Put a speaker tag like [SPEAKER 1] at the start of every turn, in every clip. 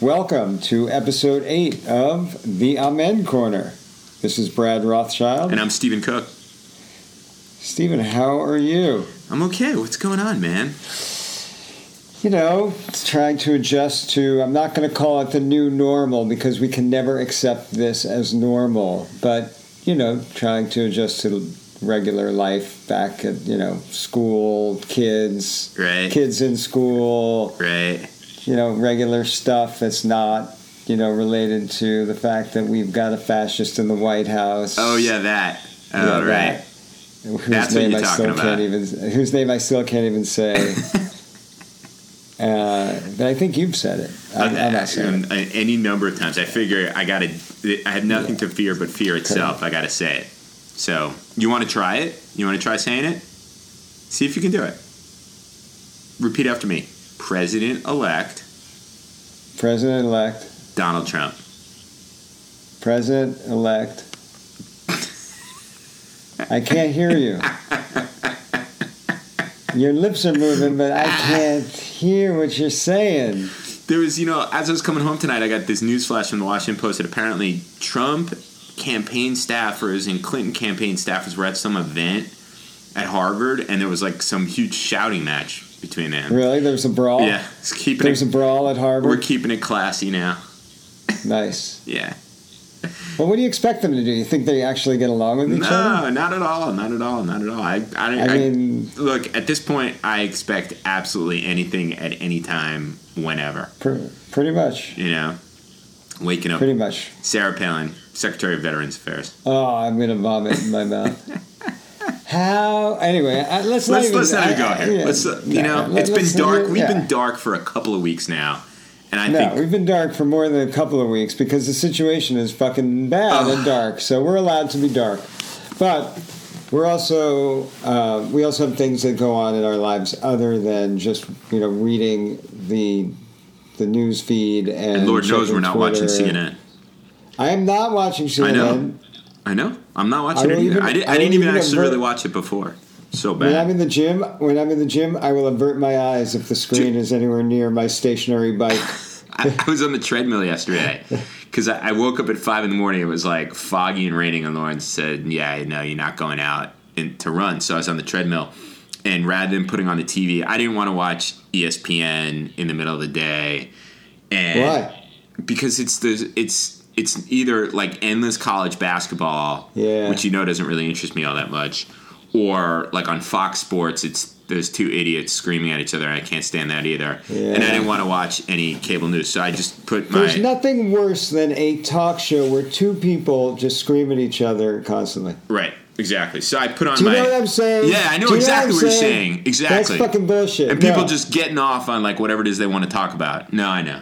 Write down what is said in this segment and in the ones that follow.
[SPEAKER 1] Welcome to episode eight of the Amen Corner. This is Brad Rothschild.
[SPEAKER 2] And I'm Stephen Cook.
[SPEAKER 1] Stephen, how are you?
[SPEAKER 2] I'm okay. What's going on, man?
[SPEAKER 1] You know, trying to adjust to, I'm not going to call it the new normal because we can never accept this as normal, but, you know, trying to adjust to regular life back at, you know, school, kids,
[SPEAKER 2] Right.
[SPEAKER 1] kids in school,
[SPEAKER 2] Right.
[SPEAKER 1] you know, regular stuff that's not, you know, related to the fact that we've got a fascist in the White House.
[SPEAKER 2] Oh yeah, that. Oh
[SPEAKER 1] Yeah,
[SPEAKER 2] right.
[SPEAKER 1] that. Whose
[SPEAKER 2] That's what
[SPEAKER 1] name
[SPEAKER 2] you're
[SPEAKER 1] I
[SPEAKER 2] talking
[SPEAKER 1] still
[SPEAKER 2] about.
[SPEAKER 1] can't even whose name I still can't even say. uh, but I think you've said it. I'm, I'm not saying it.
[SPEAKER 2] Um, uh, any number of times. I figure I got to. I have nothing to fear but fear itself. I got to say it. So you want to try it? You want to try saying it? See if you can do it. Repeat after me. President elect
[SPEAKER 1] President elect,
[SPEAKER 2] Donald Trump.
[SPEAKER 1] President elect. I can't hear you. Your lips are moving, but I can't hear what you're saying.
[SPEAKER 2] There was, you know, as I was coming home tonight, I got this news flash from the Washington Post that apparently Trump campaign staffers and Clinton campaign staffers were at some event at Harvard, and there was like some huge shouting match between them.
[SPEAKER 1] Really? There's a brawl?
[SPEAKER 2] Yeah, it's keeping
[SPEAKER 1] There's
[SPEAKER 2] it,
[SPEAKER 1] a brawl at
[SPEAKER 2] we're
[SPEAKER 1] Harvard.
[SPEAKER 2] keeping it classy now.
[SPEAKER 1] Nice.
[SPEAKER 2] Yeah.
[SPEAKER 1] Well, what do you expect them to do? You think they actually get along with each other?
[SPEAKER 2] No, not at all, not at all, not at all. I, I, I,
[SPEAKER 1] I mean,
[SPEAKER 2] look at this point, I expect absolutely anything at any time, whenever.
[SPEAKER 1] pr- pretty much.
[SPEAKER 2] You know, waking up,
[SPEAKER 1] Pretty much.
[SPEAKER 2] Sarah Palin, Secretary of Veterans Affairs.
[SPEAKER 1] Oh, I'm going to vomit in my mouth. How? Anyway, I, let's not
[SPEAKER 2] let's
[SPEAKER 1] even,
[SPEAKER 2] let's not
[SPEAKER 1] I-
[SPEAKER 2] even go
[SPEAKER 1] I-
[SPEAKER 2] here.
[SPEAKER 1] yeah.
[SPEAKER 2] Let's uh, you
[SPEAKER 1] No,
[SPEAKER 2] know
[SPEAKER 1] let-
[SPEAKER 2] it's been
[SPEAKER 1] let's-
[SPEAKER 2] dark. We've
[SPEAKER 1] yeah.
[SPEAKER 2] been dark for a couple of weeks now, and I
[SPEAKER 1] No,
[SPEAKER 2] think
[SPEAKER 1] we've been dark for more than a couple of weeks because the situation is fucking bad and dark. So we're allowed to be dark, but we're also uh, we also have things that go on in our lives other than just you know reading the the news feed and,
[SPEAKER 2] and Lord knows
[SPEAKER 1] checking
[SPEAKER 2] we're not
[SPEAKER 1] Twitter.
[SPEAKER 2] watching CNN.
[SPEAKER 1] I am not watching CNN.
[SPEAKER 2] I know. I know. I'm not watching
[SPEAKER 1] I
[SPEAKER 2] it
[SPEAKER 1] will
[SPEAKER 2] either.
[SPEAKER 1] even-
[SPEAKER 2] I, did,
[SPEAKER 1] I
[SPEAKER 2] I
[SPEAKER 1] will
[SPEAKER 2] didn't even
[SPEAKER 1] even
[SPEAKER 2] actually
[SPEAKER 1] avert-
[SPEAKER 2] really watch it before. So
[SPEAKER 1] When I'm
[SPEAKER 2] bad.
[SPEAKER 1] in the gym, when I'm in the gym, I will avert my eyes if the screen is anywhere near my stationary bike.
[SPEAKER 2] I, I was on the treadmill yesterday because I, I woke up at five in the morning. It was like foggy and raining, and Lauren said, "Yeah, no, you're not going out and, to run." So I was on the treadmill, and rather than putting on the TV, I didn't want to watch E ESPN in the middle of the day. And
[SPEAKER 1] Why?
[SPEAKER 2] because it's the it's it's either like endless college basketball,
[SPEAKER 1] Yeah.
[SPEAKER 2] which you know doesn't really interest me all that much, or like on Fox Sports, it's those two idiots screaming at each other. and I can't stand that either, and I
[SPEAKER 1] Yeah.
[SPEAKER 2] didn't want to watch any cable news, so I just put my
[SPEAKER 1] There's nothing worse than a talk show where two people just scream at each other constantly.
[SPEAKER 2] right exactly. So I put on
[SPEAKER 1] Do you
[SPEAKER 2] my
[SPEAKER 1] know what I'm saying?
[SPEAKER 2] yeah, I know
[SPEAKER 1] Do you
[SPEAKER 2] exactly
[SPEAKER 1] I'm
[SPEAKER 2] what you're saying exactly.
[SPEAKER 1] That's fucking bullshit.
[SPEAKER 2] and people
[SPEAKER 1] No.
[SPEAKER 2] just getting off on like whatever it is they want to talk about. No, I know.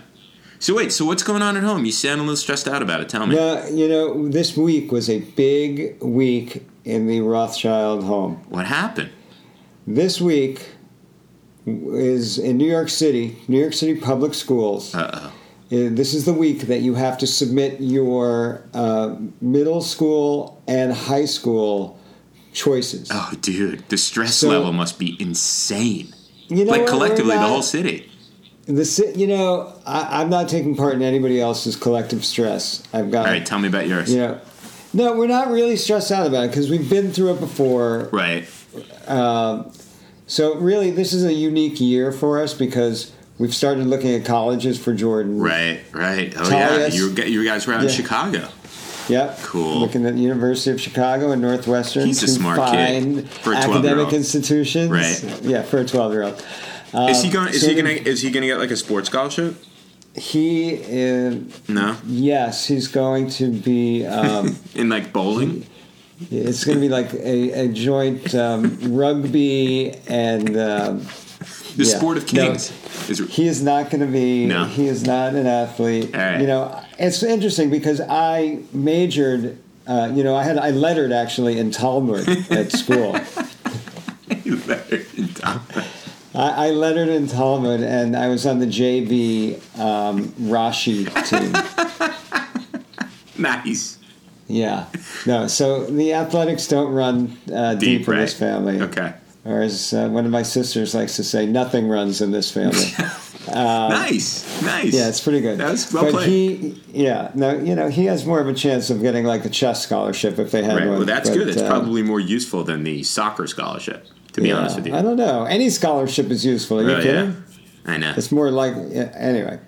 [SPEAKER 2] So wait, so what's going on at home? You sound a little stressed out about it. Tell me.
[SPEAKER 1] No, you know, this week was a big week in the Rothschild home.
[SPEAKER 2] What happened?
[SPEAKER 1] This week is in New York City, New York City public schools.
[SPEAKER 2] Uh oh.
[SPEAKER 1] Uh, This is the week that you have to submit your uh, middle school and high school choices.
[SPEAKER 2] Oh, dude, the stress
[SPEAKER 1] So-
[SPEAKER 2] level must be insane.
[SPEAKER 1] You know
[SPEAKER 2] like
[SPEAKER 1] what? We're
[SPEAKER 2] collectively, the
[SPEAKER 1] not-
[SPEAKER 2] whole city.
[SPEAKER 1] The ci- you know, I, I'm not taking part in anybody else's collective stress. I've got
[SPEAKER 2] All right, tell me about yours.
[SPEAKER 1] you know, no, we're not really stressed out about it because we've been through it before.
[SPEAKER 2] Right.
[SPEAKER 1] So really, this is a unique year for us because we've started looking at colleges for Jordan.
[SPEAKER 2] Right. Right. Oh
[SPEAKER 1] Tell
[SPEAKER 2] yeah,
[SPEAKER 1] us-
[SPEAKER 2] you, were- you guys were out in
[SPEAKER 1] Yeah.
[SPEAKER 2] Chicago.
[SPEAKER 1] Yep.
[SPEAKER 2] Cool.
[SPEAKER 1] Looking at the University of Chicago and Northwestern.
[SPEAKER 2] He's a
[SPEAKER 1] two
[SPEAKER 2] smart
[SPEAKER 1] fine
[SPEAKER 2] kid for a 12-year-old.
[SPEAKER 1] academic institutions.
[SPEAKER 2] Right.
[SPEAKER 1] Yeah, for a twelve-year-old. Um,
[SPEAKER 2] is he going? Is
[SPEAKER 1] Uh, so
[SPEAKER 2] he going? to Is he going to get like a sports scholarship?
[SPEAKER 1] He is.
[SPEAKER 2] No.
[SPEAKER 1] Yes, he's going to be. Um,
[SPEAKER 2] In like bowling.
[SPEAKER 1] It's going to be like a, a joint um, rugby and um,
[SPEAKER 2] The
[SPEAKER 1] yeah.
[SPEAKER 2] sport of
[SPEAKER 1] No.
[SPEAKER 2] kings. Is
[SPEAKER 1] he is not going to be.
[SPEAKER 2] No.
[SPEAKER 1] He is not an athlete.
[SPEAKER 2] All right.
[SPEAKER 1] You know, it's interesting because I majored. Uh, you know, I had I lettered actually in Talmud at school. I, I lettered in Talmud, and I was on the JV um, Rashi team.
[SPEAKER 2] nice.
[SPEAKER 1] Yeah. No, so the athletics don't run uh, deep,
[SPEAKER 2] Deep,
[SPEAKER 1] in
[SPEAKER 2] right.
[SPEAKER 1] this family.
[SPEAKER 2] Okay.
[SPEAKER 1] Or as uh, one of my sisters likes to say, nothing runs in this family.
[SPEAKER 2] nice, nice.
[SPEAKER 1] Yeah, it's pretty good.
[SPEAKER 2] That was well
[SPEAKER 1] but
[SPEAKER 2] played.
[SPEAKER 1] he, yeah, no, you know, he has more of a chance of getting like a chess scholarship if they had
[SPEAKER 2] right.
[SPEAKER 1] one.
[SPEAKER 2] Well, that's
[SPEAKER 1] but,
[SPEAKER 2] good. It's
[SPEAKER 1] uh,
[SPEAKER 2] probably more useful than the soccer scholarship. To be
[SPEAKER 1] yeah,
[SPEAKER 2] honest with you,
[SPEAKER 1] I don't know. Any scholarship is useful. Are you
[SPEAKER 2] Oh,
[SPEAKER 1] kidding?
[SPEAKER 2] yeah. I know.
[SPEAKER 1] It's more like yeah, anyway.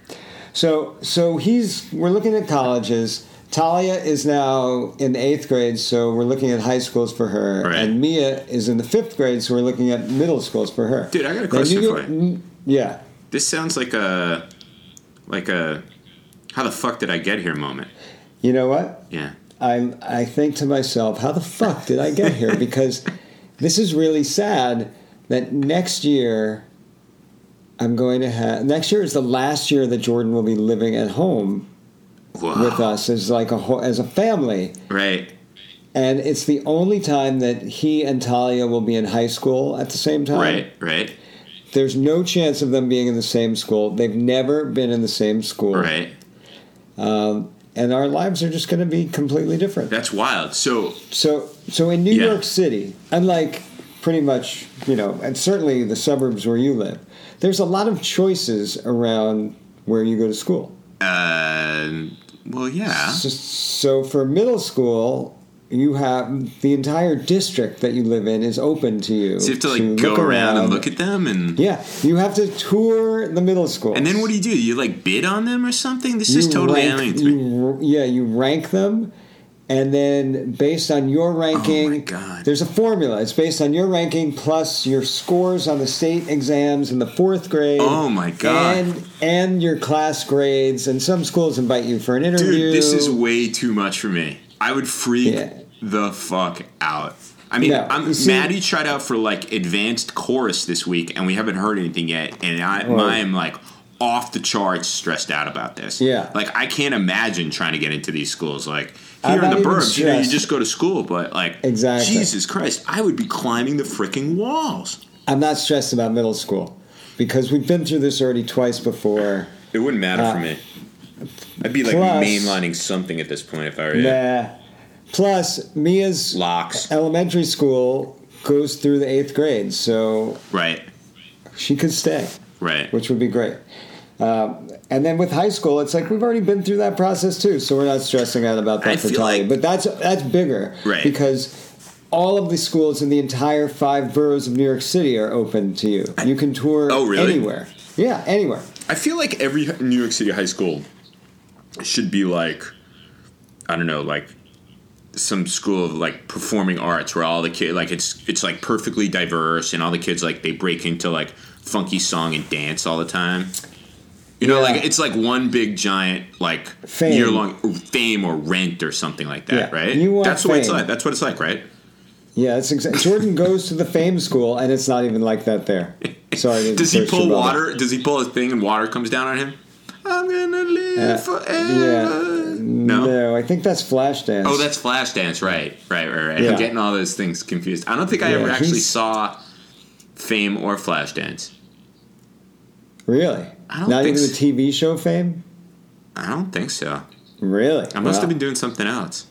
[SPEAKER 1] So so he's we're looking at colleges. Talia is now in eighth grade, so we're looking at high schools for her,
[SPEAKER 2] Right.
[SPEAKER 1] and Mia is in the fifth grade, so we're looking at middle schools for her.
[SPEAKER 2] Dude, I got a
[SPEAKER 1] Now,
[SPEAKER 2] question for
[SPEAKER 1] get-
[SPEAKER 2] you.
[SPEAKER 1] mm, Yeah,
[SPEAKER 2] This sounds like a like a how the fuck did I get here moment.
[SPEAKER 1] you know what?
[SPEAKER 2] Yeah.
[SPEAKER 1] I I think to myself, how the fuck did I get here? Because this is really sad that next year I'm going to have next year is the last year that Jordan will be living at home
[SPEAKER 2] Wow.
[SPEAKER 1] with uh, us as like a whole, as a family.
[SPEAKER 2] Right.
[SPEAKER 1] And it's the only time that he and Talia will be in high school at the same time.
[SPEAKER 2] Right. Right.
[SPEAKER 1] There's no chance of them being in the same school. They've never been in the same school.
[SPEAKER 2] Right.
[SPEAKER 1] And our lives are just going to be completely different.
[SPEAKER 2] That's wild. So
[SPEAKER 1] So, so in New
[SPEAKER 2] Yeah.
[SPEAKER 1] York City, unlike pretty much, you know, and certainly the suburbs where you live, there's a lot of choices around where you go to school.
[SPEAKER 2] uh well yeah.
[SPEAKER 1] So, so for middle school, you have the entire district that you live in is open to you.
[SPEAKER 2] So you have to like go
[SPEAKER 1] look
[SPEAKER 2] around and look at them and
[SPEAKER 1] Yeah, you have to tour the middle school.
[SPEAKER 2] and then what do you do? You like bid on them or something? This is totally alien to me.
[SPEAKER 1] you, r- Yeah, you rank them, and then based on your ranking,
[SPEAKER 2] Oh God.
[SPEAKER 1] there's a formula. It's based on your ranking plus your scores on the state exams in the fourth grade.
[SPEAKER 2] Oh, my God.
[SPEAKER 1] And and your class grades, and some schools invite you for an interview.
[SPEAKER 2] Dude, this is way too much for me. I would freak
[SPEAKER 1] Yeah.
[SPEAKER 2] the fuck out. I mean,
[SPEAKER 1] No,
[SPEAKER 2] I'm
[SPEAKER 1] you see-
[SPEAKER 2] Maddie tried out for like advanced chorus this week, and we haven't heard anything yet. And I,
[SPEAKER 1] Oh.
[SPEAKER 2] I am like off the charts stressed out about this.
[SPEAKER 1] Yeah.
[SPEAKER 2] like I can't imagine trying to get into these schools. Like
[SPEAKER 1] I'm
[SPEAKER 2] here
[SPEAKER 1] not
[SPEAKER 2] in the
[SPEAKER 1] even
[SPEAKER 2] burbs, you know, you
[SPEAKER 1] stressed.
[SPEAKER 2] just go to school, but like
[SPEAKER 1] Exactly.
[SPEAKER 2] Jesus Christ, I would be climbing the freaking walls.
[SPEAKER 1] I'm not stressed about middle school because we've been through this already twice before.
[SPEAKER 2] It wouldn't matter for me. I'd be like
[SPEAKER 1] Uh, plus-
[SPEAKER 2] mainlining something at this point if I were you.
[SPEAKER 1] Nah. Plus, Mia's
[SPEAKER 2] locks.
[SPEAKER 1] elementary school goes through the eighth grade, so
[SPEAKER 2] Right,
[SPEAKER 1] she could stay,
[SPEAKER 2] right.
[SPEAKER 1] which would be great. Um, and then with high school, it's like we've already been through that process too, so we're not stressing out about that
[SPEAKER 2] I
[SPEAKER 1] for
[SPEAKER 2] feel
[SPEAKER 1] Talia.
[SPEAKER 2] like-
[SPEAKER 1] but that's that's bigger,
[SPEAKER 2] Right.
[SPEAKER 1] Because all of the schools in the entire five boroughs of New York City are open to you. You can tour
[SPEAKER 2] Oh, really?
[SPEAKER 1] anywhere. Yeah, anywhere.
[SPEAKER 2] I feel like every New York City high school should be like, I don't know, like some school of like performing arts where all the kids like it's it's like perfectly diverse and all the kids like they break into like funky song and dance all the time. You know,
[SPEAKER 1] Yeah.
[SPEAKER 2] like it's like one big giant like
[SPEAKER 1] Fame.
[SPEAKER 2] year long fame or rent or something like that,
[SPEAKER 1] Yeah.
[SPEAKER 2] right?
[SPEAKER 1] You want
[SPEAKER 2] That's what it's
[SPEAKER 1] fame.
[SPEAKER 2] like. That's what it's like, right?
[SPEAKER 1] Yeah, that's exactly. Jordan goes to the Fame School, and it's not even like that there. Sorry. to
[SPEAKER 2] Does he
[SPEAKER 1] burst
[SPEAKER 2] pull
[SPEAKER 1] your bubble.
[SPEAKER 2] water? Does he pull a thing and water comes down on him? I'm gonna live
[SPEAKER 1] Uh,
[SPEAKER 2] forever.
[SPEAKER 1] No. I think that's Flashdance.
[SPEAKER 2] Oh, that's Flashdance, right? Right, right, right.
[SPEAKER 1] Yeah.
[SPEAKER 2] I'm getting all those things confused. I don't think I
[SPEAKER 1] Yeah,
[SPEAKER 2] ever actually
[SPEAKER 1] he's-
[SPEAKER 2] saw Fame or Flashdance.
[SPEAKER 1] really.
[SPEAKER 2] I don't
[SPEAKER 1] Not
[SPEAKER 2] think
[SPEAKER 1] even
[SPEAKER 2] so.
[SPEAKER 1] the TV show Fame.
[SPEAKER 2] I don't think so.
[SPEAKER 1] Really?
[SPEAKER 2] I must
[SPEAKER 1] Wow.
[SPEAKER 2] have been doing something else.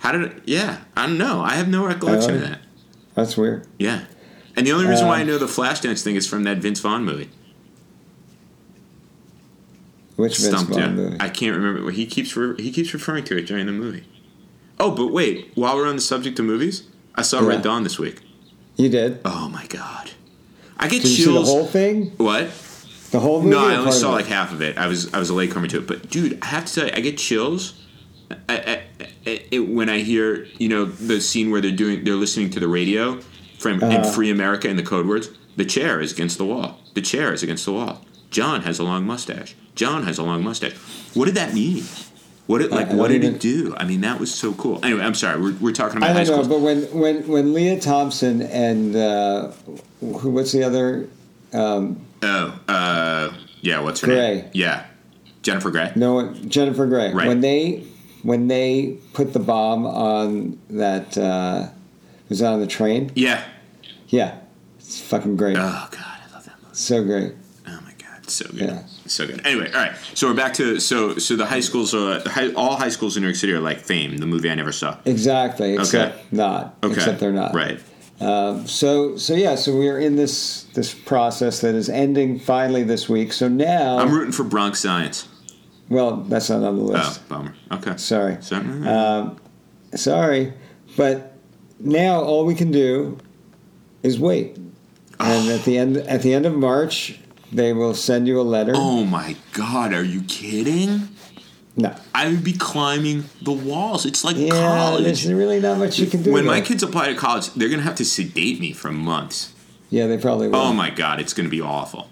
[SPEAKER 2] How did? It, yeah, I don't know. I have no recollection of
[SPEAKER 1] Oh.
[SPEAKER 2] that.
[SPEAKER 1] That's weird.
[SPEAKER 2] Yeah, and the only reason why I
[SPEAKER 1] Um,
[SPEAKER 2] know the Flashdance thing is from that Vince Vaughn movie.
[SPEAKER 1] Which Vince
[SPEAKER 2] Stumped
[SPEAKER 1] Vaughn
[SPEAKER 2] you.
[SPEAKER 1] movie?
[SPEAKER 2] I can't remember. what- He keeps re- he keeps referring to it during the movie. Oh, but wait. While we're on the subject of movies, I saw
[SPEAKER 1] Yeah.
[SPEAKER 2] Red Dawn this week.
[SPEAKER 1] you did.
[SPEAKER 2] Oh my god, I get
[SPEAKER 1] Did you see the
[SPEAKER 2] chills.
[SPEAKER 1] whole thing?
[SPEAKER 2] what?
[SPEAKER 1] The whole movie?
[SPEAKER 2] No,
[SPEAKER 1] or
[SPEAKER 2] I only
[SPEAKER 1] part of
[SPEAKER 2] saw
[SPEAKER 1] it?
[SPEAKER 2] like half of it. I was I was a latecomer to it, but dude, I have to tell you, I get chills. uh, I, I, I, it, when I hear you know the scene where they're doing they're listening to the radio from
[SPEAKER 1] Uh-huh.
[SPEAKER 2] and Free America and the code words. The chair is against the wall. The chair is against the wall. John has a long mustache. John has a long mustache. What did that mean? What did, like
[SPEAKER 1] I
[SPEAKER 2] what
[SPEAKER 1] don't
[SPEAKER 2] did
[SPEAKER 1] even-
[SPEAKER 2] it do? I mean, that was so cool. Anyway, I'm sorry. We're, we're talking about
[SPEAKER 1] I
[SPEAKER 2] high
[SPEAKER 1] don't know,
[SPEAKER 2] school.
[SPEAKER 1] but when when when Leah Thompson and uh, who? What's the other?
[SPEAKER 2] Oh, uh, yeah. What's her
[SPEAKER 1] Gray.
[SPEAKER 2] name? Yeah, Jennifer Grey.
[SPEAKER 1] No, Jennifer Grey.
[SPEAKER 2] Right.
[SPEAKER 1] When they when they put the bomb on that uh, was that on the train?
[SPEAKER 2] Yeah.
[SPEAKER 1] Yeah, it's fucking great.
[SPEAKER 2] Oh God, I love that movie.
[SPEAKER 1] So great.
[SPEAKER 2] Oh my god, so good,
[SPEAKER 1] Yeah.
[SPEAKER 2] so good. Anyway, all right. So we're back to so so the high schools are the high, all high schools in New York City are like Fame, the movie I never saw.
[SPEAKER 1] Exactly. Except not.
[SPEAKER 2] Okay,
[SPEAKER 1] Except they're not.
[SPEAKER 2] right.
[SPEAKER 1] Um, so so yeah, so we are in this this process that is ending finally this week. So now,
[SPEAKER 2] I'm rooting for Bronx Science.
[SPEAKER 1] well, that's not on the list.
[SPEAKER 2] Oh, bummer. Okay.
[SPEAKER 1] Sorry,
[SPEAKER 2] So,
[SPEAKER 1] um, sorry, but now all we can do is wait. And
[SPEAKER 2] Oh.
[SPEAKER 1] at the end at the end of March, they will send you a letter.
[SPEAKER 2] oh my God, are you kidding?
[SPEAKER 1] No,
[SPEAKER 2] I would be climbing the walls. It's like
[SPEAKER 1] yeah,
[SPEAKER 2] college.
[SPEAKER 1] there's really not much you can do.
[SPEAKER 2] When my
[SPEAKER 1] there.
[SPEAKER 2] kids apply to college, they're going to have to sedate me for months.
[SPEAKER 1] yeah, they probably will.
[SPEAKER 2] Oh my God, it's going to be awful.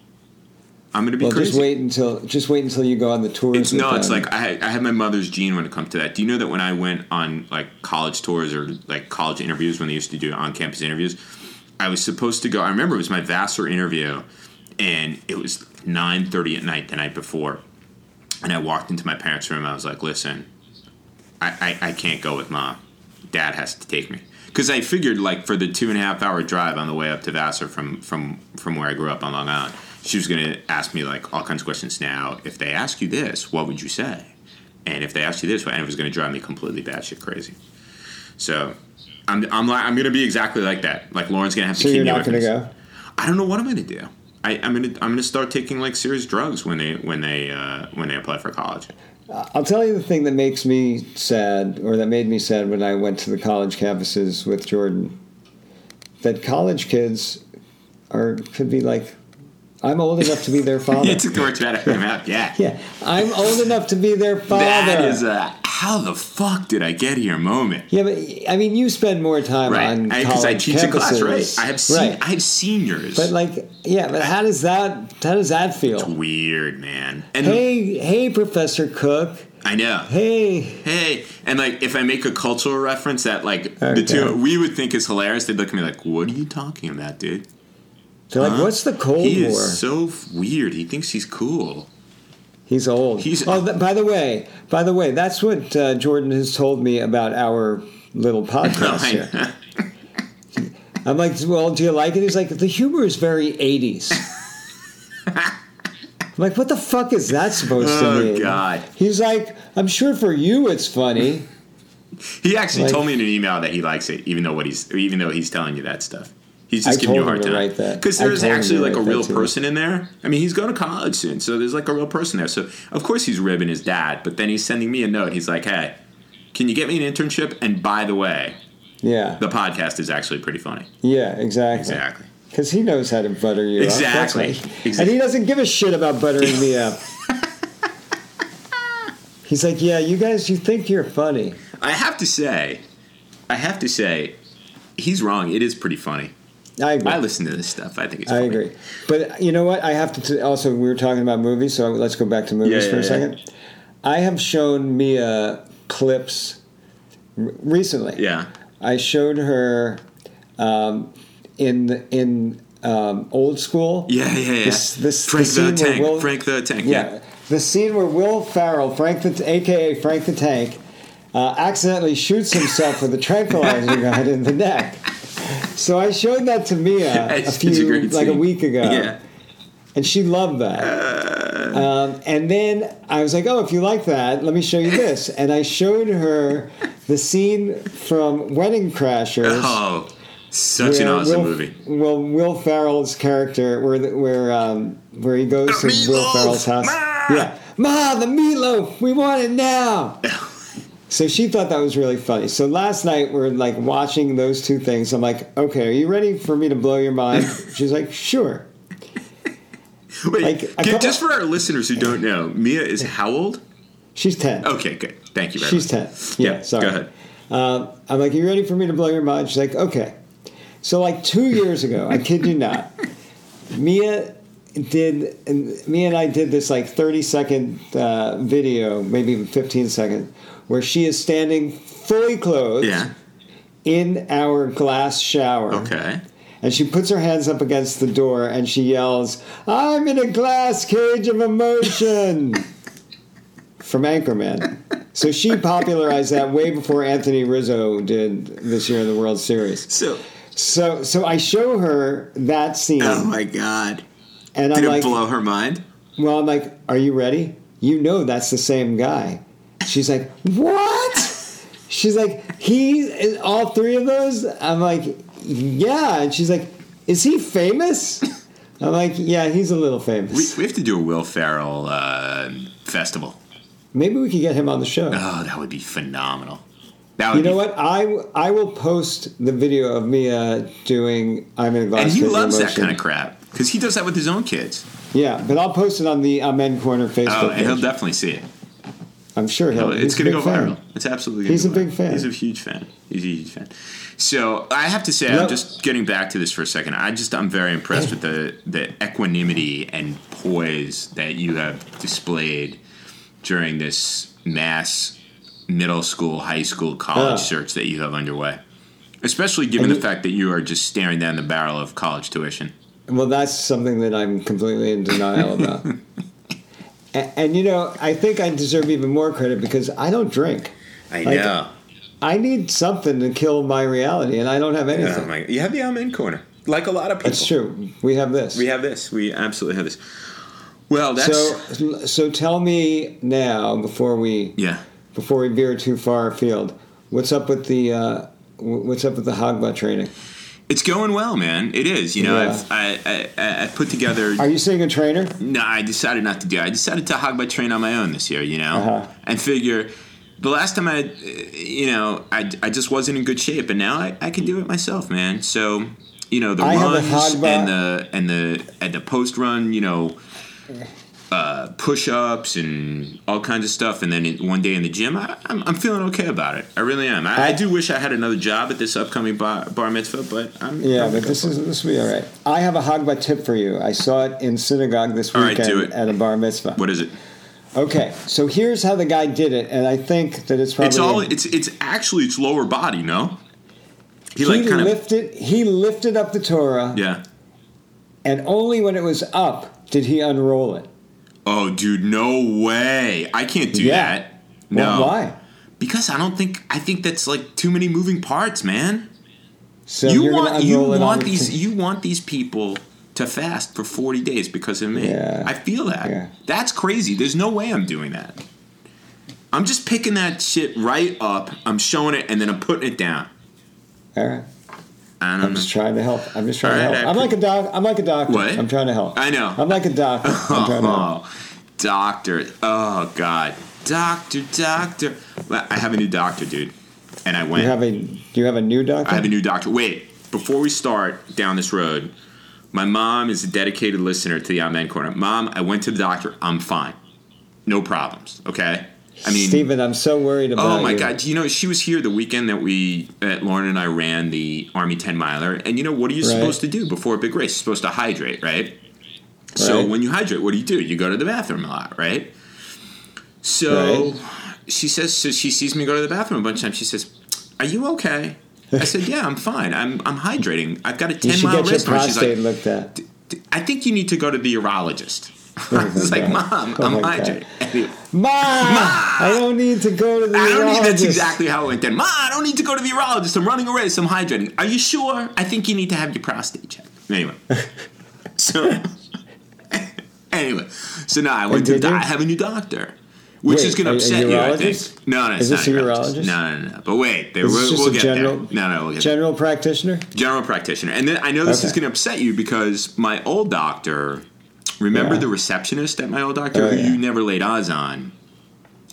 [SPEAKER 2] I'm going to be
[SPEAKER 1] well,
[SPEAKER 2] crazy.
[SPEAKER 1] just wait until just wait until you go on the tours.
[SPEAKER 2] It's
[SPEAKER 1] with
[SPEAKER 2] no, it's
[SPEAKER 1] them.
[SPEAKER 2] like I had, I had my mother's gene when it comes to that. Do you know that when I went on like college tours or like college interviews when they used to do on campus interviews, I was supposed to go. I remember it was my Vassar interview, and it was nine thirty at night the night before, and I walked into my parents' room. I was like, "Listen, I I, I can't go with mom. Dad has to take me." Because I figured, like, for the two and a half hour drive on the way up to Vassar from from from where I grew up on Long Island, she was gonna ask me like all kinds of questions. Now, if they ask you this, what would you say? And if they asked you this, and it was gonna drive me completely batshit crazy. So, I'm I'm like I'm gonna be exactly like that. Like Lauren's gonna have to.
[SPEAKER 1] so
[SPEAKER 2] keep
[SPEAKER 1] you're
[SPEAKER 2] me
[SPEAKER 1] not
[SPEAKER 2] going
[SPEAKER 1] going to go.
[SPEAKER 2] I don't know what I'm gonna do. I, I'm gonna I'm gonna start taking like serious drugs when they when they uh, when they apply for college.
[SPEAKER 1] I'll tell you the thing that makes me sad, or that made me sad when I went to the college campuses with Jordan. That college kids are could be like, I'm old enough to be their father.
[SPEAKER 2] It took the words right out of my mouth. Yeah.
[SPEAKER 1] yeah, I'm old enough to be their father.
[SPEAKER 2] That is a how the fuck did I get here moment.
[SPEAKER 1] yeah, but I mean, you spend more time
[SPEAKER 2] Right.
[SPEAKER 1] on
[SPEAKER 2] Because
[SPEAKER 1] college
[SPEAKER 2] I, teach
[SPEAKER 1] campuses.
[SPEAKER 2] a class, right? I have seen
[SPEAKER 1] Right.
[SPEAKER 2] I have seniors.
[SPEAKER 1] but like, yeah, but how does that how does that feel?
[SPEAKER 2] Weird man. And
[SPEAKER 1] Hey, hey, Professor Cook.
[SPEAKER 2] I know.
[SPEAKER 1] Hey,
[SPEAKER 2] Hey. And like if I make a cultural reference that like
[SPEAKER 1] Okay.
[SPEAKER 2] the two we would think is hilarious, they'd look at me like, What are you talking about, dude?
[SPEAKER 1] they're like,
[SPEAKER 2] Huh?
[SPEAKER 1] what's the Cold
[SPEAKER 2] He
[SPEAKER 1] War?
[SPEAKER 2] is so f- weird. He thinks he's cool.
[SPEAKER 1] He's old.
[SPEAKER 2] He's-
[SPEAKER 1] oh, th- by the way, by the way, that's what uh, Jordan has told me about our little podcast here. I'm like, well, do you like it? He's like, the humor is very '80s. I'm like, what the fuck is that supposed
[SPEAKER 2] Oh,
[SPEAKER 1] to mean?
[SPEAKER 2] God.
[SPEAKER 1] He's like, I'm sure for you it's funny.
[SPEAKER 2] He actually
[SPEAKER 1] Like-
[SPEAKER 2] told me in an email that he likes it, even though what he's even though he's telling you that stuff. He's
[SPEAKER 1] I
[SPEAKER 2] just giving you a
[SPEAKER 1] told him to
[SPEAKER 2] hard time
[SPEAKER 1] write that.
[SPEAKER 2] because
[SPEAKER 1] I
[SPEAKER 2] there's
[SPEAKER 1] told him
[SPEAKER 2] actually
[SPEAKER 1] to
[SPEAKER 2] like a
[SPEAKER 1] write that
[SPEAKER 2] real
[SPEAKER 1] too.
[SPEAKER 2] person in there. I mean, he's going to college soon, so there's like a real person there. So of course he's ribbing his dad, but then he's sending me a note. He's like, "Hey, can you get me an internship?" And by the way,
[SPEAKER 1] Yeah,
[SPEAKER 2] the podcast is actually pretty funny.
[SPEAKER 1] yeah, exactly.
[SPEAKER 2] Exactly.
[SPEAKER 1] Because he knows how to butter you
[SPEAKER 2] Exactly.
[SPEAKER 1] up. That's why.
[SPEAKER 2] Exactly.
[SPEAKER 1] And he doesn't give a shit about buttering me up. He's like, yeah, you guys, you think you're funny.
[SPEAKER 2] I have to say, I have to say, he's wrong. It is pretty funny.
[SPEAKER 1] I agree.
[SPEAKER 2] I listen to this stuff. I think it's.
[SPEAKER 1] I
[SPEAKER 2] funny.
[SPEAKER 1] agree. But you know what? I have to t- also. We were talking about movies, so let's go back to movies
[SPEAKER 2] Yeah,
[SPEAKER 1] for a
[SPEAKER 2] yeah, yeah.
[SPEAKER 1] second. I have shown Mia clips r- recently.
[SPEAKER 2] Yeah.
[SPEAKER 1] I showed her um, in in um, old school.
[SPEAKER 2] Yeah, yeah, yeah.
[SPEAKER 1] This- this-
[SPEAKER 2] Frank
[SPEAKER 1] the
[SPEAKER 2] the,
[SPEAKER 1] scene where
[SPEAKER 2] Tank.
[SPEAKER 1] Will-
[SPEAKER 2] Frank the Tank.
[SPEAKER 1] Yeah.
[SPEAKER 2] yeah.
[SPEAKER 1] The scene where Will Farrell, Frank the, aka Frank the Tank, uh, accidentally shoots himself with a tranquilizer gun in the neck. So I showed that to Mia a
[SPEAKER 2] It's such a
[SPEAKER 1] few,
[SPEAKER 2] great
[SPEAKER 1] like a
[SPEAKER 2] scene.
[SPEAKER 1] week ago,
[SPEAKER 2] Yeah.
[SPEAKER 1] and she loved that.
[SPEAKER 2] Uh,
[SPEAKER 1] Um, and then I was like, "Oh, if you like that, let me show you this." And I showed her the scene from Wedding Crashers.
[SPEAKER 2] Oh, such an
[SPEAKER 1] where
[SPEAKER 2] awesome
[SPEAKER 1] Will,
[SPEAKER 2] movie.
[SPEAKER 1] Well, Will Farrell's character, where the, where um, where he goes to
[SPEAKER 2] The
[SPEAKER 1] Will
[SPEAKER 2] meatloaf!
[SPEAKER 1] Farrell's house.
[SPEAKER 2] Ma!
[SPEAKER 1] Yeah, Ma, the meatloaf. We want it now. so she thought that was really funny. So last night we're like watching those two things. I'm like, okay, are you ready for me to blow your mind? She's like, sure. like,
[SPEAKER 2] Wait,
[SPEAKER 1] a
[SPEAKER 2] get-
[SPEAKER 1] couple-
[SPEAKER 2] just for our listeners who don't know, Mia is how old?
[SPEAKER 1] She's ten.
[SPEAKER 2] Okay, good. Thank you very
[SPEAKER 1] She's
[SPEAKER 2] much.
[SPEAKER 1] ten. Yeah,
[SPEAKER 2] Yeah,
[SPEAKER 1] sorry.
[SPEAKER 2] go ahead.
[SPEAKER 1] Um, I'm like, are you ready for me to blow your mind? She's like, okay. So like two years ago, I kid you not, Mia did and Mia and I did this like 30 second uh, video, maybe even 15 second, where she is standing fully clothed
[SPEAKER 2] Yeah.
[SPEAKER 1] in our glass shower.
[SPEAKER 2] Okay.
[SPEAKER 1] And she puts her hands up against the door and she yells, I'm in a glass cage of emotion from Anchorman. So she popularized that way before Anthony Rizzo did this year in the World Series.
[SPEAKER 2] So,
[SPEAKER 1] So so I show her that scene
[SPEAKER 2] oh my God.
[SPEAKER 1] and I'm
[SPEAKER 2] Did it
[SPEAKER 1] like
[SPEAKER 2] blow her mind?
[SPEAKER 1] Well, I'm like, Are you ready? You know that's the same guy. She's like, What? She's like, he all three of those? I'm like, yeah. And she's like, is he famous? I'm like, yeah, he's a little
[SPEAKER 2] We,
[SPEAKER 1] famous.
[SPEAKER 2] we have to do a Will Ferrell uh, festival.
[SPEAKER 1] Maybe we could get him on the show.
[SPEAKER 2] Oh, that would be phenomenal. That would
[SPEAKER 1] You know
[SPEAKER 2] be,
[SPEAKER 1] what? I, I will post the video of Mia doing I'm in a glass.
[SPEAKER 2] And he
[SPEAKER 1] case
[SPEAKER 2] loves that
[SPEAKER 1] emotion.
[SPEAKER 2] kind of crap because he does that with his own kids.
[SPEAKER 1] Yeah, but I'll post it on the Amen Corner
[SPEAKER 2] Oh,
[SPEAKER 1] Facebook.
[SPEAKER 2] and he'll
[SPEAKER 1] page.
[SPEAKER 2] definitely see it.
[SPEAKER 1] I'm sure he'll.
[SPEAKER 2] Oh, it's
[SPEAKER 1] he's a
[SPEAKER 2] going to go
[SPEAKER 1] big fan.
[SPEAKER 2] viral. It's absolutely. Gonna
[SPEAKER 1] He's
[SPEAKER 2] go
[SPEAKER 1] a big
[SPEAKER 2] viral.
[SPEAKER 1] fan.
[SPEAKER 2] He's a huge fan. He's a huge fan. So I have to say, I'm
[SPEAKER 1] Yep.
[SPEAKER 2] just getting back to this for a second. I just I'm very impressed with the the equanimity and poise that you have displayed during this mass middle school, high school, college
[SPEAKER 1] Yeah.
[SPEAKER 2] search that you have underway. Especially given
[SPEAKER 1] And
[SPEAKER 2] the
[SPEAKER 1] you-
[SPEAKER 2] fact that you are just staring down the barrel of college tuition.
[SPEAKER 1] Well, that's something that I'm completely in denial about. and, and you know, I think I deserve even more credit because I don't drink.
[SPEAKER 2] I
[SPEAKER 1] Like, know. I need something to kill my reality, and I don't have anything.
[SPEAKER 2] my, you have the amen corner, like a lot of people.
[SPEAKER 1] That's true. We have this.
[SPEAKER 2] We have this. We absolutely have this. Well, that's
[SPEAKER 1] so, so tell me now before we
[SPEAKER 2] yeah.
[SPEAKER 1] before we veer too far afield, what's up with the uh, wh- what's up with the Hogba training?
[SPEAKER 2] It's going well, man. It is. You know,
[SPEAKER 1] Yeah.
[SPEAKER 2] I've I, I, I put together.
[SPEAKER 1] Are you seeing a trainer?
[SPEAKER 2] no, I decided not to do. it. I decided to hog my train on my own this year. You know,
[SPEAKER 1] Uh-huh.
[SPEAKER 2] and figure the last time I, uh, you know, I, I just wasn't in good shape, and now I, I can do it myself, man. So you know the
[SPEAKER 1] I have a
[SPEAKER 2] runs
[SPEAKER 1] Hogba-
[SPEAKER 2] and the and the and the post run, you know. Uh, push-ups and all kinds of stuff, and then in, one day in the gym, I, I'm, I'm feeling okay about it. I really am. I, I,
[SPEAKER 1] I-
[SPEAKER 2] do wish I had another job at this upcoming bar, bar mitzvah, but I'm
[SPEAKER 1] Yeah,
[SPEAKER 2] I'm
[SPEAKER 1] but
[SPEAKER 2] good
[SPEAKER 1] this
[SPEAKER 2] for it.
[SPEAKER 1] is this will be all right. I have a Hagba tip for you. I saw it in synagogue this
[SPEAKER 2] All right,
[SPEAKER 1] weekend
[SPEAKER 2] do it.
[SPEAKER 1] at a bar mitzvah.
[SPEAKER 2] what is it?
[SPEAKER 1] Okay, so here's how the guy did it, and I think that it's probably
[SPEAKER 2] It's all. It's it's actually it's lower body. No, he
[SPEAKER 1] he
[SPEAKER 2] like kind of
[SPEAKER 1] lifted he lifted up the Torah,
[SPEAKER 2] yeah.
[SPEAKER 1] and only when it was up did he unroll it.
[SPEAKER 2] Oh, dude, no way! I can't do
[SPEAKER 1] Yeah.
[SPEAKER 2] that. No,
[SPEAKER 1] Well, why?
[SPEAKER 2] Because I don't think I think that's like too many moving parts, man.
[SPEAKER 1] So
[SPEAKER 2] you
[SPEAKER 1] are
[SPEAKER 2] want
[SPEAKER 1] gonna
[SPEAKER 2] you
[SPEAKER 1] unroll it
[SPEAKER 2] want
[SPEAKER 1] on-
[SPEAKER 2] these you want these people to fast for forty days because of me.
[SPEAKER 1] Yeah.
[SPEAKER 2] I feel that.
[SPEAKER 1] Yeah.
[SPEAKER 2] That's crazy. There's no way I'm doing that. I'm just picking that shit right up. I'm showing it and then I'm putting it down.
[SPEAKER 1] All right,
[SPEAKER 2] I
[SPEAKER 1] I'm
[SPEAKER 2] don't know.
[SPEAKER 1] just trying to help. I'm just trying
[SPEAKER 2] All
[SPEAKER 1] to
[SPEAKER 2] right,
[SPEAKER 1] help.
[SPEAKER 2] I
[SPEAKER 1] I'm like a doc. I'm like a doctor.
[SPEAKER 2] What?
[SPEAKER 1] I'm trying to help.
[SPEAKER 2] I know.
[SPEAKER 1] I'm like a doctor. I'm trying to help.
[SPEAKER 2] Oh, doctor. Oh, God. Doctor, doctor. I have a new doctor, dude. And I went.
[SPEAKER 1] You have a do you have a new doctor?
[SPEAKER 2] I have a new doctor. Wait, before we start down this road, my mom is a dedicated listener to the Amen Corner. Mom, I went to the doctor. I'm fine. No problems. Okay? I mean,
[SPEAKER 1] Stephen, I'm so worried about.
[SPEAKER 2] Oh my
[SPEAKER 1] you.
[SPEAKER 2] God! Do you know she was here the weekend that we, that Lauren and I ran the Army Ten Miler, and you know what are you
[SPEAKER 1] Right.
[SPEAKER 2] supposed to do before a big race? You're supposed to hydrate, right? So
[SPEAKER 1] Right.
[SPEAKER 2] when you hydrate, what do you do? You go to the bathroom a lot, right? So she says, so she sees me go to the bathroom a bunch of times. She says, "Are you okay?" I said, "Yeah, I'm fine. I'm I'm hydrating. I've got a
[SPEAKER 1] You
[SPEAKER 2] ten
[SPEAKER 1] should
[SPEAKER 2] mile
[SPEAKER 1] get your
[SPEAKER 2] race." She's like,
[SPEAKER 1] prostate looked at.
[SPEAKER 2] "D- "I think you need to go to the urologist." I was
[SPEAKER 1] my
[SPEAKER 2] like,
[SPEAKER 1] God.
[SPEAKER 2] "Mom,
[SPEAKER 1] Oh my
[SPEAKER 2] I'm
[SPEAKER 1] God.
[SPEAKER 2] hydrating." Anyway.
[SPEAKER 1] Ma, I don't need to go to the.
[SPEAKER 2] I don't need. That's
[SPEAKER 1] urologist.
[SPEAKER 2] exactly how it went. Then, ma, I don't need to go to the urologist. I'm running a race. I'm hydrating. Are you sure? I think you need to have your prostate checked. Anyway, so anyway, so now I went to the
[SPEAKER 1] did
[SPEAKER 2] doc-
[SPEAKER 1] you?
[SPEAKER 2] I have a new doctor, which
[SPEAKER 1] Wait,
[SPEAKER 2] is going to
[SPEAKER 1] a- a
[SPEAKER 2] upset you. I
[SPEAKER 1] urologist?
[SPEAKER 2] think. No, no, it's
[SPEAKER 1] Is this
[SPEAKER 2] not
[SPEAKER 1] a urologist?
[SPEAKER 2] No, no, no. But wait, there,
[SPEAKER 1] Is this
[SPEAKER 2] we'll,
[SPEAKER 1] just
[SPEAKER 2] we'll
[SPEAKER 1] a
[SPEAKER 2] get
[SPEAKER 1] general-
[SPEAKER 2] there. No, no, we'll get there.
[SPEAKER 1] General practitioner.
[SPEAKER 2] General practitioner, and then I know this
[SPEAKER 1] Okay.
[SPEAKER 2] is going to upset you because my old doctor. Remember
[SPEAKER 1] Yeah.
[SPEAKER 2] the receptionist at my old doctor
[SPEAKER 1] Oh,
[SPEAKER 2] who
[SPEAKER 1] yeah.
[SPEAKER 2] you never laid eyes on,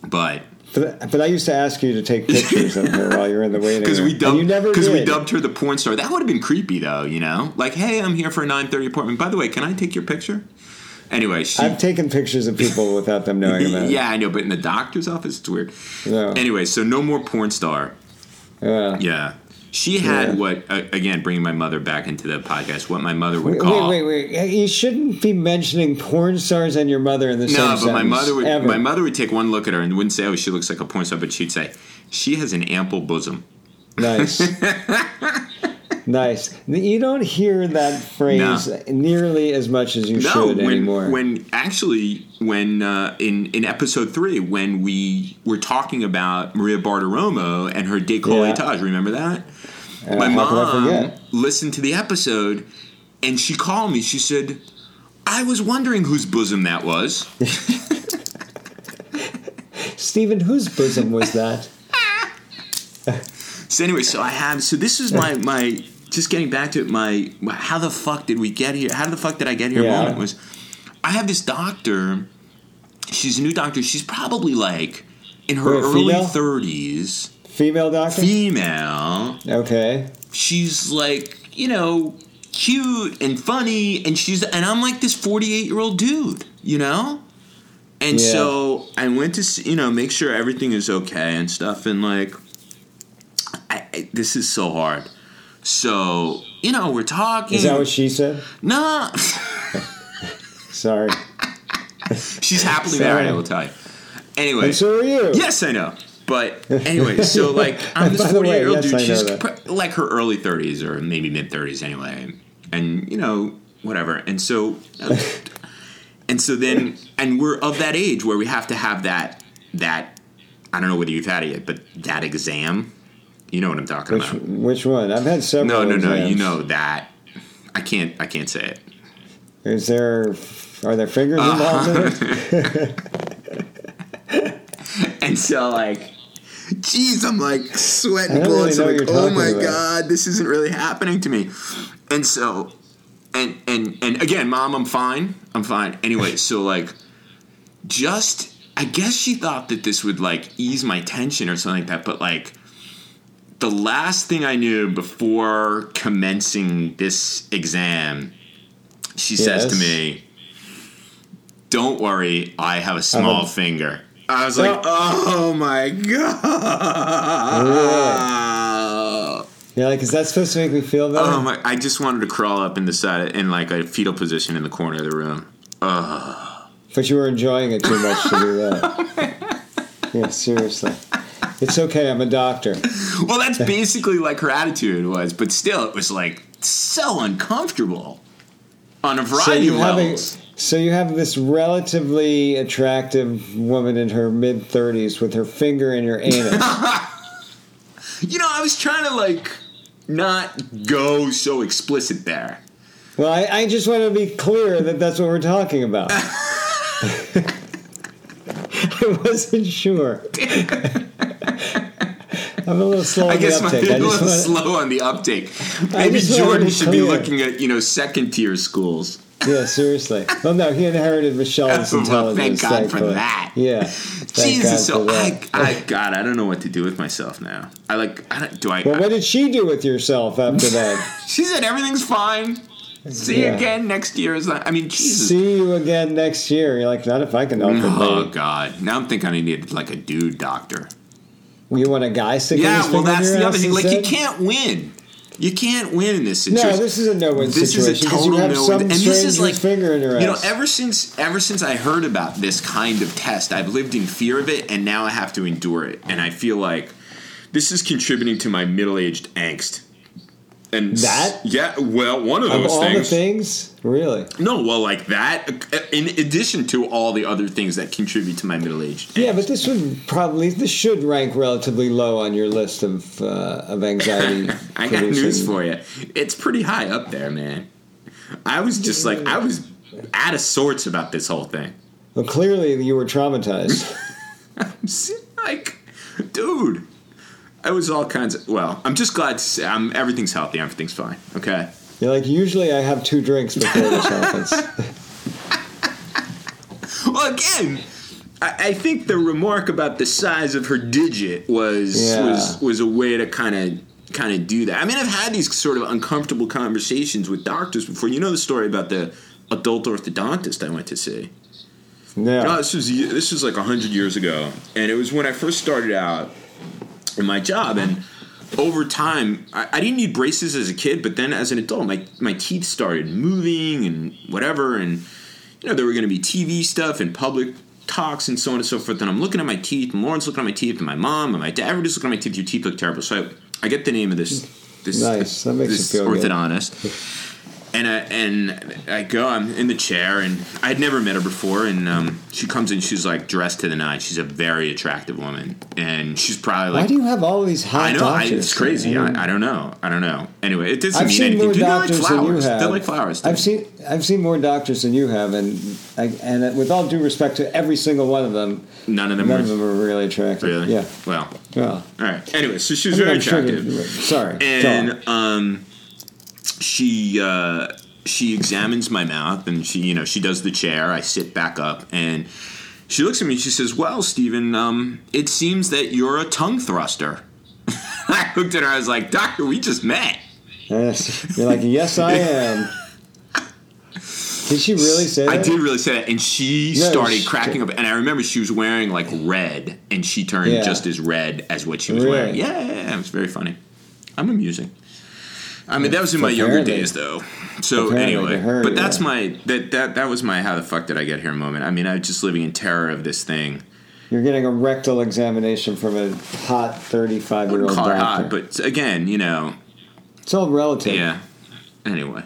[SPEAKER 2] but
[SPEAKER 1] But, but I used to ask you to take pictures of her while you're in the waiting
[SPEAKER 2] Because
[SPEAKER 1] room.
[SPEAKER 2] we dubbed,
[SPEAKER 1] And you never
[SPEAKER 2] because we
[SPEAKER 1] did.
[SPEAKER 2] dubbed her the porn star. That would have been creepy, though. You know, like, hey, I'm here for a 9:30 appointment. By the way, can I take your picture? Anyway, she.
[SPEAKER 1] I've taken pictures of people without them knowing about
[SPEAKER 2] yeah, I know, but in the doctor's office, it's weird.
[SPEAKER 1] it. No.
[SPEAKER 2] Anyway, so no more porn star.
[SPEAKER 1] Yeah.
[SPEAKER 2] Yeah, she had
[SPEAKER 1] Yeah.
[SPEAKER 2] what uh, again? Bringing my mother back into the podcast. What my mother would
[SPEAKER 1] Wait,
[SPEAKER 2] call.
[SPEAKER 1] wait, wait, wait! You shouldn't be mentioning porn stars and your mother in the same
[SPEAKER 2] No, but my
[SPEAKER 1] sentence,
[SPEAKER 2] mother would.
[SPEAKER 1] ever.
[SPEAKER 2] My mother would take one look at her and wouldn't say, "Oh, she looks like a porn star," but she'd say, "She has an ample bosom."
[SPEAKER 1] nice, nice. You don't hear that phrase nearly as much as you should
[SPEAKER 2] when,
[SPEAKER 1] anymore.
[SPEAKER 2] When actually, when uh, in in episode three, when we were talking about Maria Bartiromo and her
[SPEAKER 1] Yeah.
[SPEAKER 2] décolletage, remember that?
[SPEAKER 1] Uh,
[SPEAKER 2] My
[SPEAKER 1] how could I
[SPEAKER 2] mom
[SPEAKER 1] forget?
[SPEAKER 2] listened to the episode, and she called me. She said, "I was wondering whose bosom that was."
[SPEAKER 1] Stephen, whose bosom was that?
[SPEAKER 2] So anyway, so I have so this is my my just getting back to it, my how the fuck did we get here? How the fuck did I get here?
[SPEAKER 1] Yeah.
[SPEAKER 2] Moment was, I have this doctor. She's a new doctor. She's probably like in her
[SPEAKER 1] Wait,
[SPEAKER 2] early
[SPEAKER 1] female?
[SPEAKER 2] thirties,
[SPEAKER 1] Female doctor?
[SPEAKER 2] female.
[SPEAKER 1] okay.
[SPEAKER 2] She's like you know cute and funny, and she's and I'm like this forty eight year old dude, you know. And
[SPEAKER 1] Yeah.
[SPEAKER 2] so I went to see, you know make sure everything is okay and stuff, and like I, I, this is so hard. So you know we're talking.
[SPEAKER 1] Is that what she said?
[SPEAKER 2] No,
[SPEAKER 1] Sorry.
[SPEAKER 2] she's happily
[SPEAKER 1] Sorry.
[SPEAKER 2] married. I will tell you. Anyway,
[SPEAKER 1] And so are you.
[SPEAKER 2] yes, I know. But anyway, so like I'm
[SPEAKER 1] And
[SPEAKER 2] this
[SPEAKER 1] by the way,
[SPEAKER 2] 48 year old
[SPEAKER 1] yes,
[SPEAKER 2] dude.
[SPEAKER 1] I know
[SPEAKER 2] she's
[SPEAKER 1] that.
[SPEAKER 2] pr- like her early 30s or maybe mid 30s anyway, and you know whatever. And so, uh, and so then, and we're of that age where we have to have that that I don't know whether you've had it yet, but that exam. You know what I'm talking
[SPEAKER 1] Which,
[SPEAKER 2] about?
[SPEAKER 1] which one? I've had several.
[SPEAKER 2] No, no, no. You
[SPEAKER 1] exams.
[SPEAKER 2] know that. I can't. I can't say it.
[SPEAKER 1] Is there? Are there fingers
[SPEAKER 2] Uh-huh.
[SPEAKER 1] involved in it?
[SPEAKER 2] And so like, jeez, I'm like
[SPEAKER 1] I
[SPEAKER 2] sweating
[SPEAKER 1] don't really
[SPEAKER 2] bullets.
[SPEAKER 1] know
[SPEAKER 2] I'm
[SPEAKER 1] what
[SPEAKER 2] like,
[SPEAKER 1] you're
[SPEAKER 2] oh
[SPEAKER 1] talking
[SPEAKER 2] my
[SPEAKER 1] about."
[SPEAKER 2] god, this isn't really happening to me. And so, and and and again, mom, I'm fine. I'm fine. Anyway, so like, just I guess she thought that this would like ease my tension or something like that, but like. The last thing I knew before commencing this exam, she says to
[SPEAKER 1] Yes.
[SPEAKER 2] me, "Don't worry, I have a small finger." I was like, "Oh my god!"
[SPEAKER 1] You're like, is that supposed to make me feel better?
[SPEAKER 2] Oh my! I just wanted to crawl up in the side in like a fetal position in the corner of the room.
[SPEAKER 1] But you were enjoying it too much to do that. yeah, seriously. It's okay. I'm a doctor.
[SPEAKER 2] Well, that's basically like her attitude was, but still, it was like so uncomfortable on a
[SPEAKER 1] So
[SPEAKER 2] variety
[SPEAKER 1] you
[SPEAKER 2] of
[SPEAKER 1] have a,
[SPEAKER 2] levels.
[SPEAKER 1] so you have this relatively attractive woman in her mid 30s with her finger in your anus.
[SPEAKER 2] You know, I was trying to like not go so explicit there.
[SPEAKER 1] well, I, I just want to be clear that that's what we're talking about. I wasn't sure. I'm a little slow
[SPEAKER 2] I
[SPEAKER 1] on the
[SPEAKER 2] guess my
[SPEAKER 1] uptake.
[SPEAKER 2] a
[SPEAKER 1] I
[SPEAKER 2] little
[SPEAKER 1] just want
[SPEAKER 2] slow on the uptake. Maybe
[SPEAKER 1] just wanted
[SPEAKER 2] Jordan
[SPEAKER 1] to
[SPEAKER 2] should be
[SPEAKER 1] clear.
[SPEAKER 2] looking at you know second tier schools.
[SPEAKER 1] Yeah, seriously. Well, no, he inherited Michelle's
[SPEAKER 2] Oh, Well,
[SPEAKER 1] intelligence.
[SPEAKER 2] thank God for
[SPEAKER 1] thankfully.
[SPEAKER 2] that.
[SPEAKER 1] Yeah. Thank
[SPEAKER 2] Jesus,
[SPEAKER 1] God
[SPEAKER 2] so
[SPEAKER 1] for that.
[SPEAKER 2] I, I, God, I don't know what to do with myself now. I like, I don't, do I?
[SPEAKER 1] Well, what did she do with yourself after that?
[SPEAKER 2] she said everything's fine. See
[SPEAKER 1] Yeah.
[SPEAKER 2] you again next year. Is not, I mean, Jesus.
[SPEAKER 1] See you again next year. You're like, not if I can help it,
[SPEAKER 2] Oh
[SPEAKER 1] buddy.
[SPEAKER 2] God! Now I'm thinking I need like a dude doctor.
[SPEAKER 1] You want a guy sticking his
[SPEAKER 2] Yeah,
[SPEAKER 1] finger
[SPEAKER 2] well that's
[SPEAKER 1] in your
[SPEAKER 2] the other
[SPEAKER 1] ass,
[SPEAKER 2] thing. Like you
[SPEAKER 1] said?
[SPEAKER 2] can't win. You can't win in this situation.
[SPEAKER 1] No, this is a no-win
[SPEAKER 2] This is
[SPEAKER 1] situation.
[SPEAKER 2] a
[SPEAKER 1] 'cause you
[SPEAKER 2] total
[SPEAKER 1] have
[SPEAKER 2] no.
[SPEAKER 1] some
[SPEAKER 2] and this is
[SPEAKER 1] stranger's
[SPEAKER 2] like
[SPEAKER 1] finger in your
[SPEAKER 2] you know.
[SPEAKER 1] ass.
[SPEAKER 2] Ever since ever since I heard about this kind of test, I've lived in fear of it, and now I have to endure it. And I feel like this is contributing to my middle aged angst. And s-
[SPEAKER 1] That?
[SPEAKER 2] yeah, well, one of
[SPEAKER 1] of
[SPEAKER 2] those
[SPEAKER 1] all
[SPEAKER 2] things.
[SPEAKER 1] the things, really.
[SPEAKER 2] No, well, like that. uh, In addition to all the other things that contribute to my middle aged.
[SPEAKER 1] Yeah, but this would probably this should rank relatively low on your list of uh, of anxiety.
[SPEAKER 2] I got news
[SPEAKER 1] producing-
[SPEAKER 2] for you. It's pretty high up there, man. I was just like I was out of sorts about this whole thing.
[SPEAKER 1] Well, clearly you were traumatized.
[SPEAKER 2] like, dude, I was all kinds of. Well, I'm just glad to say I'm, everything's healthy. Everything's fine. Okay.
[SPEAKER 1] You're like, usually I have two drinks before this happens.
[SPEAKER 2] Well, again, I, I think the remark about the size of her digit was
[SPEAKER 1] Yeah.
[SPEAKER 2] was was a way to kind of kind of do that. I mean, I've had these sort of uncomfortable conversations with doctors before. You know the story about the adult orthodontist I went to see. No,
[SPEAKER 1] Yeah.
[SPEAKER 2] this was ye- Uh, this was like hundred years ago, and it was when I first started out in my job. And over time, I, I didn't need braces as a kid, but then as an adult, my my teeth started moving and whatever, and you know there were going to be TV stuff and public talks and so on and so forth. And I'm looking at my teeth, and Lauren's looking at my teeth, and my mom and my dad. Everybody's looking at my teeth. Your teeth look terrible. So I, I get the name of this this
[SPEAKER 1] Nice. That makes
[SPEAKER 2] this
[SPEAKER 1] you feel good.
[SPEAKER 2] orthodontist and I and I go. I'm in the chair, and I'd never met her before. And um, she comes in. She's like dressed to the nines. She's a very attractive woman, and she's probably
[SPEAKER 1] Why
[SPEAKER 2] like.
[SPEAKER 1] do you have all these hot
[SPEAKER 2] I know. I,
[SPEAKER 1] doctors?
[SPEAKER 2] it's crazy.
[SPEAKER 1] mean,
[SPEAKER 2] I, I don't know. I don't know. Anyway, it doesn't
[SPEAKER 1] I've
[SPEAKER 2] mean
[SPEAKER 1] seen
[SPEAKER 2] anything.
[SPEAKER 1] more
[SPEAKER 2] Dude, they're like
[SPEAKER 1] doctors than you
[SPEAKER 2] flowers.
[SPEAKER 1] have.
[SPEAKER 2] They're like flowers. to me.
[SPEAKER 1] I've seen I've seen more doctors than you have, and I, and with all due respect to every single one of them,
[SPEAKER 2] none of them.
[SPEAKER 1] none
[SPEAKER 2] were,
[SPEAKER 1] of them are really attractive.
[SPEAKER 2] Really?
[SPEAKER 1] Yeah.
[SPEAKER 2] Well.
[SPEAKER 1] Well,
[SPEAKER 2] All right. Anyway, so she
[SPEAKER 1] I
[SPEAKER 2] was
[SPEAKER 1] mean,
[SPEAKER 2] very
[SPEAKER 1] I'm sure
[SPEAKER 2] attractive.
[SPEAKER 1] they're- sorry. go on.
[SPEAKER 2] and um, she uh, she examines my mouth and she you know she does the chair. I sit back up and she looks at me. and She says, "Well, Stephen, um, it seems that you're a tongue thruster." I looked at her. I was like, "Doctor, we just met."
[SPEAKER 1] Yes. You're like, yes, I am. Did she really say that?
[SPEAKER 2] I did really say that, and she
[SPEAKER 1] Yeah,
[SPEAKER 2] started
[SPEAKER 1] she-
[SPEAKER 2] cracking up. And I remember she was wearing like red, and she turned
[SPEAKER 1] Yeah.
[SPEAKER 2] just as red as what she was
[SPEAKER 1] Really?
[SPEAKER 2] wearing. Yeah, yeah, yeah, it was very funny. I'm amusing. I mean, that was in my younger
[SPEAKER 1] Apparently.
[SPEAKER 2] days, though. So
[SPEAKER 1] Apparently,
[SPEAKER 2] anyway,
[SPEAKER 1] to her,
[SPEAKER 2] but that's
[SPEAKER 1] yeah.
[SPEAKER 2] my that that that was my how the fuck did I get here moment. I mean, I was just living in terror of this thing.
[SPEAKER 1] You're getting a rectal examination from a hot 35 year old
[SPEAKER 2] Call
[SPEAKER 1] doctor.
[SPEAKER 2] it hot, but again, you know,
[SPEAKER 1] it's all relative.
[SPEAKER 2] yeah. Anyway,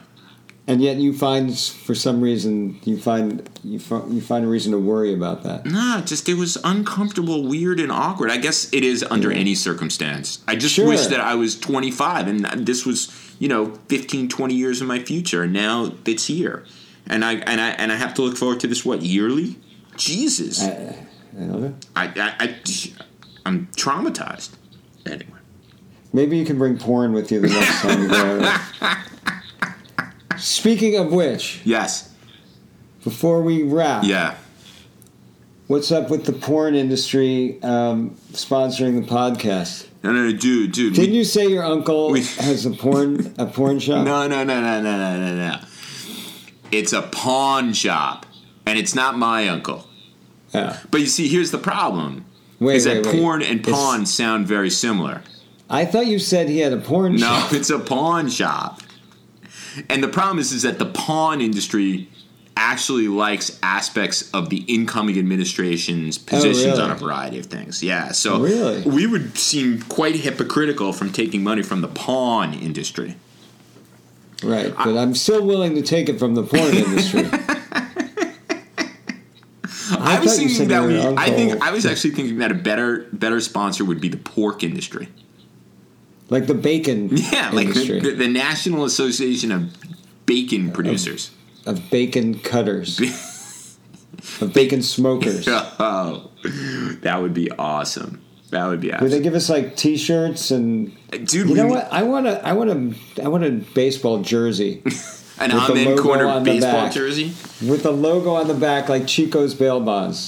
[SPEAKER 1] And yet, you find for some reason you find you, fi- you find a reason to worry about that.
[SPEAKER 2] nah, just it was uncomfortable, weird, and awkward. I guess it is under any circumstance. I just
[SPEAKER 1] Sure.
[SPEAKER 2] wish that I was 25 and this was, you know, 15, 20 years of my future. And now it's here, and I and I and I have to look forward to this what yearly? Jesus, I
[SPEAKER 1] I don't know.
[SPEAKER 2] I, I I'm traumatized. Anyway,
[SPEAKER 1] Maybe you can bring porn with you the next time you go. Speaking of which,
[SPEAKER 2] yes,
[SPEAKER 1] before we wrap,
[SPEAKER 2] yeah.
[SPEAKER 1] what's up with the porn industry um, sponsoring the podcast?
[SPEAKER 2] No, no, no, dude, dude. we-
[SPEAKER 1] Didn't you say your uncle
[SPEAKER 2] We-
[SPEAKER 1] has a porn a porn shop?
[SPEAKER 2] No, no, no, no, no, no, no, no. It's a pawn shop, and it's not my uncle.
[SPEAKER 1] Yeah.
[SPEAKER 2] But you see, here's the problem:
[SPEAKER 1] Wait,
[SPEAKER 2] is
[SPEAKER 1] wait,
[SPEAKER 2] that
[SPEAKER 1] wait.
[SPEAKER 2] porn and
[SPEAKER 1] It's-
[SPEAKER 2] pawn sound very similar.
[SPEAKER 1] I thought you said he had a porn
[SPEAKER 2] No,
[SPEAKER 1] shop.
[SPEAKER 2] it's a pawn shop, and the problem is, is that the pawn industry actually likes aspects of the incoming administration's
[SPEAKER 1] Oh,
[SPEAKER 2] positions
[SPEAKER 1] really?
[SPEAKER 2] on a variety of things. Yeah, so
[SPEAKER 1] Really?
[SPEAKER 2] we would seem quite hypocritical from taking money from the pawn industry.
[SPEAKER 1] Right, but I'm still willing to take it from the porn industry.
[SPEAKER 2] I, was
[SPEAKER 1] thought you
[SPEAKER 2] thinking
[SPEAKER 1] said
[SPEAKER 2] that
[SPEAKER 1] your
[SPEAKER 2] we. I think
[SPEAKER 1] uncle-
[SPEAKER 2] I was actually thinking that a better better sponsor would be the pork industry.
[SPEAKER 1] like the bacon
[SPEAKER 2] Yeah, like
[SPEAKER 1] industry
[SPEAKER 2] the, the, the National Association of Bacon Producers.
[SPEAKER 1] of bacon cutters, of bacon smokers.
[SPEAKER 2] Oh, that would be awesome. That would be
[SPEAKER 1] Would they
[SPEAKER 2] awesome,
[SPEAKER 1] give us like T-shirts and
[SPEAKER 2] dude.
[SPEAKER 1] you
[SPEAKER 2] we
[SPEAKER 1] know
[SPEAKER 2] need
[SPEAKER 1] what? I want a I want a I want a baseball jersey
[SPEAKER 2] An
[SPEAKER 1] With the
[SPEAKER 2] amen
[SPEAKER 1] logo
[SPEAKER 2] corner
[SPEAKER 1] on the
[SPEAKER 2] baseball
[SPEAKER 1] back.
[SPEAKER 2] jersey.
[SPEAKER 1] with the logo on the back like Chico's bail bonds.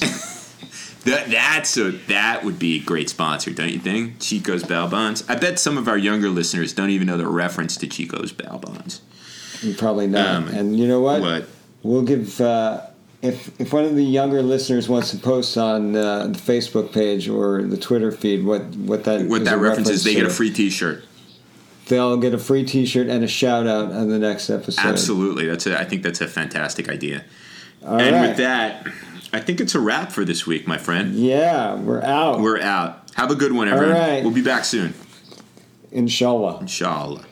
[SPEAKER 2] That that's a that would be a great sponsor, don't you think? Chico's Bail Bonds. I bet some of our younger listeners don't even know the reference to Chico's Bail Bonds.
[SPEAKER 1] You probably know.
[SPEAKER 2] Um,
[SPEAKER 1] and you know what?
[SPEAKER 2] What?
[SPEAKER 1] We'll give uh, if if one of the younger listeners wants to post on uh, the Facebook page or the Twitter feed what what that
[SPEAKER 2] What
[SPEAKER 1] was
[SPEAKER 2] that
[SPEAKER 1] a
[SPEAKER 2] reference is? They
[SPEAKER 1] to,
[SPEAKER 2] get a free T-shirt.
[SPEAKER 1] They'll get a free T-shirt and a shout out on the next episode.
[SPEAKER 2] Absolutely. That's a, I think that's a fantastic idea.
[SPEAKER 1] All
[SPEAKER 2] and
[SPEAKER 1] right.
[SPEAKER 2] with that, I think it's a wrap for this week, my friend.
[SPEAKER 1] yeah, we're out.
[SPEAKER 2] We're out. Have a good one, everyone.
[SPEAKER 1] right.
[SPEAKER 2] We'll be back soon.
[SPEAKER 1] Inshallah.
[SPEAKER 2] Inshallah.